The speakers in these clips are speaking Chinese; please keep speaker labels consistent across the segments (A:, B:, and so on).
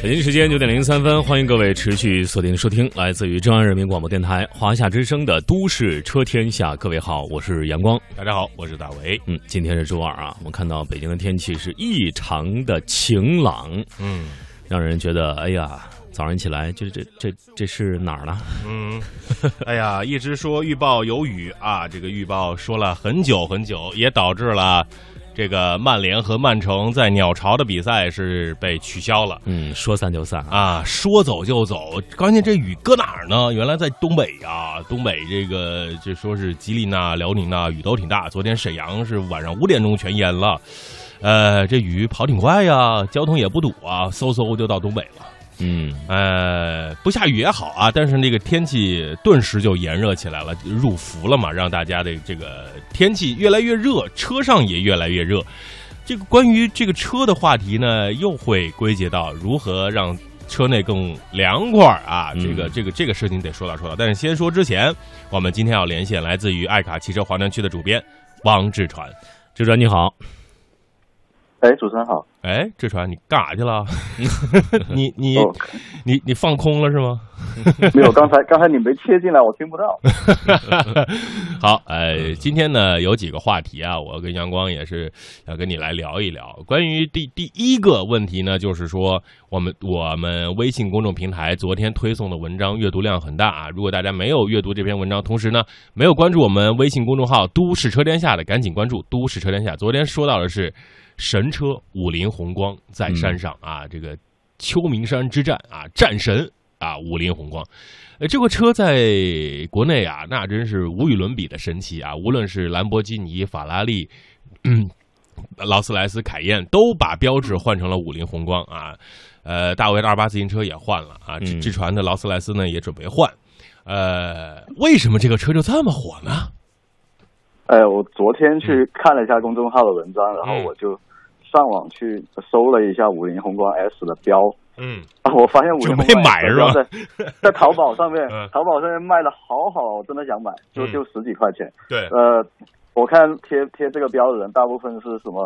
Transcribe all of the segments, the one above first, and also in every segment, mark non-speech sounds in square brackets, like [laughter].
A: 北京时间九点零三分，欢迎各位持续锁定收听来自于中央人民广播电台华夏之声的《都市车天下》。各位好，我是阳光。
B: 大家好，我是大为。
A: 嗯，今天是周二啊，我们看到北京的天气是异常的晴朗，
B: 嗯
A: 让人觉得哎呀，早上一起来，这这这这是哪儿呢？
B: 嗯，哎呀，一直说预报有雨啊，这个预报说了很久很久，也导致了这个曼联和曼城在鸟巢的比赛是被取消了
A: 嗯，说散就散啊。
B: 啊，说走就走。关键这雨搁哪儿呢？原来在东北啊，东北这个这说是吉林呐、辽宁呐，雨都挺大。昨天沈阳是晚上五点钟全淹了。呃，这雨跑挺快呀，交通也不堵啊，嗖嗖就到东北了。
A: 嗯，
B: 呃，不下雨也好啊，但是那个天气顿时就炎热起来了，入伏了嘛，让大家的这个呃天气越来越热，车上也越来越热。这个关于这个车的话题呢，又会归结到如何让车内更凉快儿啊，
A: 嗯
B: 这个这个这个事情得说道说道。但是先说之前，我们今天要连线来自于爱卡汽车华南区的主编汪志传。
A: 志传你好，
C: 哎，主持
B: [laughs]
C: 人好。
B: 哎，志传，你干啥去了？ [laughs] 你你
C: 哦，
B: 你你放空了是吗？
C: 没有，刚才刚才你没切进来，我听不到。
B: [laughs] 好，呃，今天呢有几个话题啊，我跟阳光也是要跟你来聊一聊。关于第第一个问题呢，就是说我们我们微信公众平台昨天推送的文章阅读量很大啊，如果大家没有阅读这篇文章，同时呢没有关注我们微信公众号“都市车天下”的，赶紧关注“都市车天下”。昨天说到的是神车五菱宏光在山上啊，这个秋名山之战啊，战神啊，五菱宏光。呃，这个车在国内啊，那真是无与伦比的神奇啊！无论是兰博基尼、法拉利，嗯，劳斯莱斯、凯宴，都把标志换成了五菱宏光啊。呃，大卫的二八自行车也换了啊，智
A: 嗯
B: 智传的劳斯莱斯呢也准备换。呃，为什么这个车就这么火呢？
C: 哎，我昨天去看了一下公众号的文章，然
B: 嗯
C: 后我就上网去搜了一下五菱宏光 S 的标
B: 嗯，
C: 啊，我发现五菱宏
B: 准备
C: 光
B: 买
C: S 的标
B: 是 [laughs]
C: 在在淘宝上面
B: 嗯，
C: 淘宝上面卖的好好，我真的想买，就
B: 嗯
C: 就十几块钱。
B: 对，
C: 呃，我看贴贴这个标的人，大部分是什么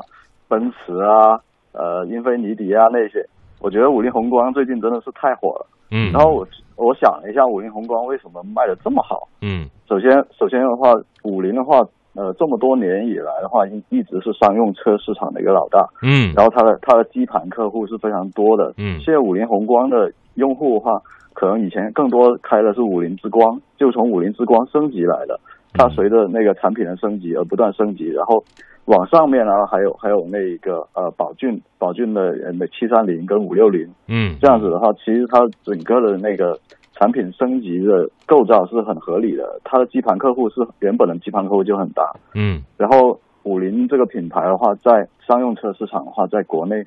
C: 奔驰啊，呃，英菲尼迪啊那些。我觉得五菱宏光最近真的是太火了。
B: 嗯，
C: 然后我我想了一下，五菱宏光为什么卖的这么好？
B: 嗯
C: 首先，首先的话，五菱的话，呃，这么多年以来的话，一一直是商用车市场的一个老大。
B: 嗯
C: 然后它的它的基盘客户是非常多的。
B: 嗯
C: 现在五菱宏光的用户的话，可能以前更多开的是五菱之光，就从五菱之光升级来的。它随着那个产品的升级而呃不断升级，然后往上面呢，还有还有那个呃宝骏，宝骏的呃七三零跟五六零，
B: 嗯，
C: 这样子的话，其实它整个的那个产品升级的构造是很合理的，它的基盘客户是原本的基盘客户就很大。
B: 嗯
C: 然后五菱这个品牌的话，在商用车市场的话，在国内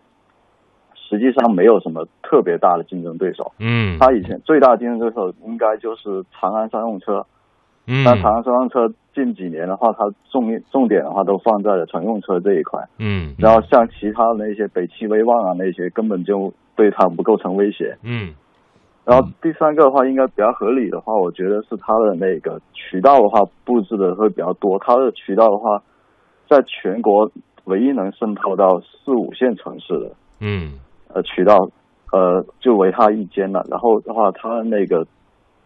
C: 实际上没有什么特别大的竞争对手。
B: 嗯，
C: 它以前最大的竞争对手应该就是长安商用车，
B: 嗯
C: 但长安商用车近几年的话，它重重点的话都放在了乘用车这一块。
B: 嗯，
C: 然后像其他的那些北汽威旺啊那些，根本就对它不构成威胁。
B: 嗯
C: 然后第三个的话，应该比较合理的话，我觉得是它的那个渠道的话布置的会比较多。它的渠道的话，在全国唯一能渗透到四五线城市的
B: 嗯
C: 呃渠道，呃就唯它一间了。然后的话，它的那个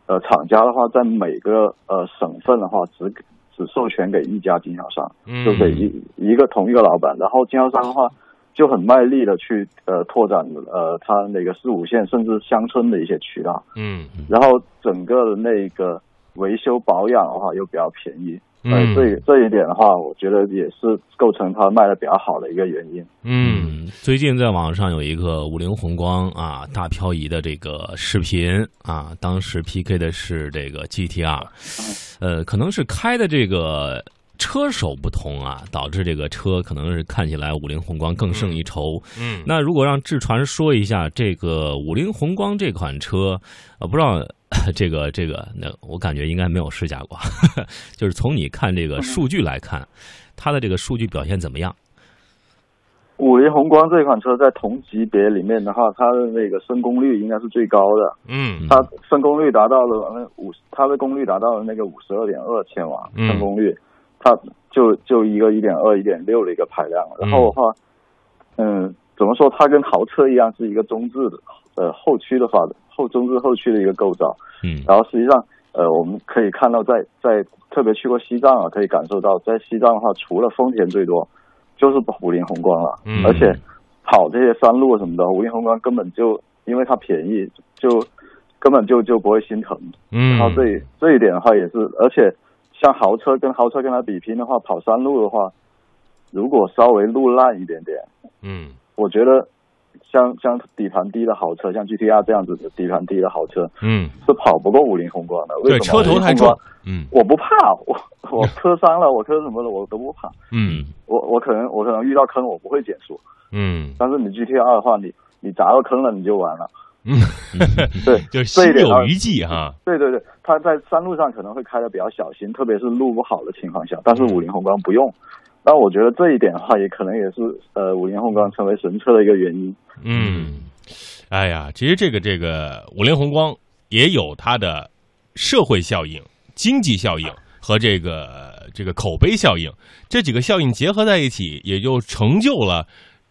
C: 呃厂家的话，在每个呃省份的话，只只授权给一家经销商。
B: 嗯，
C: 就给一一个同一个老板，然后经销商的话就很卖力的去呃拓展呃他那个四五线甚至乡村的一些渠道，
B: 嗯
C: 然后整个的那个维修保养的话又比较便宜，呃
B: 嗯，
C: 这这一点的话，我觉得也是构成它卖的比较好的一个原因。
B: 嗯。
A: 嗯，最近在网上有一个五菱宏光啊大漂移的这个视频啊，当时 PK 的是这个 GTR，呃，可能是开的这个车手不同啊，导致这个车可能是看起来五菱宏光更胜一筹。
B: 嗯，
A: 那如果让志传说一下这个五菱宏光这款车，呃，不知道这个这个，那我感觉应该没有试驾过， [laughs] 就是从你看这个数据来看，它的这个数据表现怎么样？
C: 五菱宏光这款车在同级别里面的话，它的那个升功率应该是最高的，
B: 嗯
C: 它升功率达到了五，它的功率达到了那个五十二点二千瓦
B: 嗯
C: 升功率，它就就一个一点二、一点六的一个嗯排量。然后的话，嗯，怎么说？它跟豪车一样是一个中置的呃后驱的发后中置后驱的一个构造。
A: 嗯
C: 然后实际上，呃，我们可以看到在，在特别去过西藏啊，可以感受到，在西藏的话，除了丰田最多，就是五菱宏光了。
B: 嗯
C: 而且跑这些山路什么的，五菱宏光根本就因为它便宜，就根本就就不会心疼。
B: 嗯
C: 然后这一这一点的话也是，而且像豪车跟豪车跟它比拼的话，跑山路的话，如果稍微路烂一点点，
B: 嗯
C: 我觉得像像底盘低的豪车，像 GTR 这样子的底盘低的豪车，
B: 嗯，
C: 是跑不过五菱宏光的。为
B: 对，
C: 什么
B: 车头太
C: 五菱宏
B: 重
C: 光，
B: 嗯
C: 我不怕，我我磕伤了，我磕什么了，我都不怕。
B: 嗯
C: 我我可能我可能遇到坑我不会减速，
B: 嗯
C: 但是你 GTR 的话，你你砸到坑了你就完了。
B: 嗯，，
C: [laughs] 对
B: 就是心
C: 这一点
B: 有
C: 啊
B: 余悸哈，
C: 对对对，它在山路上可能会开的比较小心，特别是路不好的情况下，但
B: 嗯
C: 是五菱宏光不用。但我觉得这一点的话，也可能也是呃五菱宏光成为神车的一个原因。
B: 嗯，哎呀，其实这个这个五菱宏光也有它的社会效应、经济效应和这个这个口碑效应，这几个效应结合在一起，也就成就了。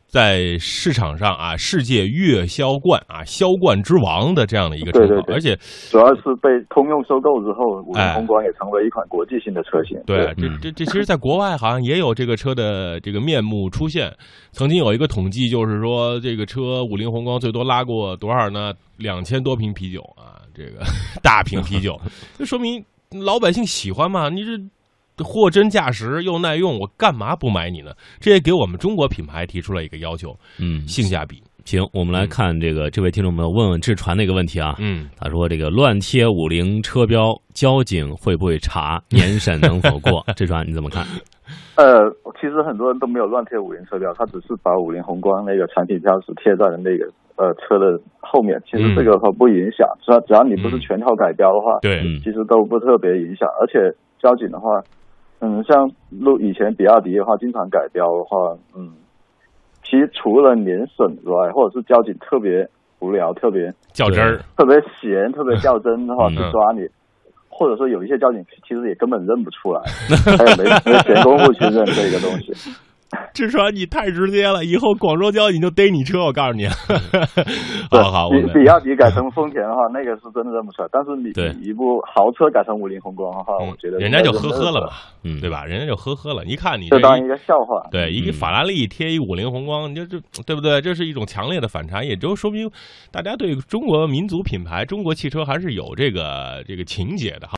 B: 在市场上啊，世界月销冠啊，销冠之王的这样的一个称号，
C: 对对对
B: 而且
C: 主要是被通用收购之后，五菱宏光也成为一款国际性的车型。
B: 哎对，这
A: 嗯
B: 这这，其实，在国外好像也有这个车的这个面目出现。曾经有一个统计，就是说这个车五菱宏光最多拉过多少呢？两千多瓶啤酒啊，这个大瓶啤酒，就说明老百姓喜欢嘛。你这货真价实又耐用，我干嘛不买你呢？这也给我们中国品牌提出了一个要求，
A: 嗯，
B: 性价比。
A: 行，我们来看这个这位听众朋友问问志传的一个问题啊，
B: 嗯，
A: 他说这个乱贴五菱车标，交警会不会查？年审能否过？
B: [laughs]
A: 志传你怎么看？
C: 呃，其实很多人都没有乱贴五菱车标，他只是把五菱宏光那个产品标识贴在了那个呃车的后面。其实这个的话不影响，只要只要你不是全套改标的话，
B: 对，
A: 嗯
C: 其实都不特别影响。而且交警的话，嗯，像路以前比亚迪的话，经常改标的话，嗯，其实除了年审之外，或者是交警特别无聊、特别
B: 较真儿。
C: 特别闲、特别较真的话
A: 嗯
C: 去抓你。或者说有一些交警其实也根本认不
B: [laughs]
C: 出来，他也没没闲工夫去认这个东西。
B: 志川，你太直接了，以后广州交警就逮你车，我告诉你。 [laughs]
C: 对，
B: 哦好好，我
C: 比
B: 们
C: 比亚迪改成丰田的话，那 [laughs] 个是真的认不出来。但是你
A: 对
C: 你一部豪车改成五菱宏光的话，啊我觉得
B: 嗯人家就呵呵了嘛，
A: 嗯，
B: 对？吧？人家就呵呵了，一看你
C: 就
B: 这
C: 当一
B: 一
C: 个笑话。
B: 对一
A: 嗯
B: 个法拉利贴一五菱宏光，你就这对不对？这是一种强烈的反差，也就说明大家对中国民族品牌、中国汽车还是有这个这个情节的哈。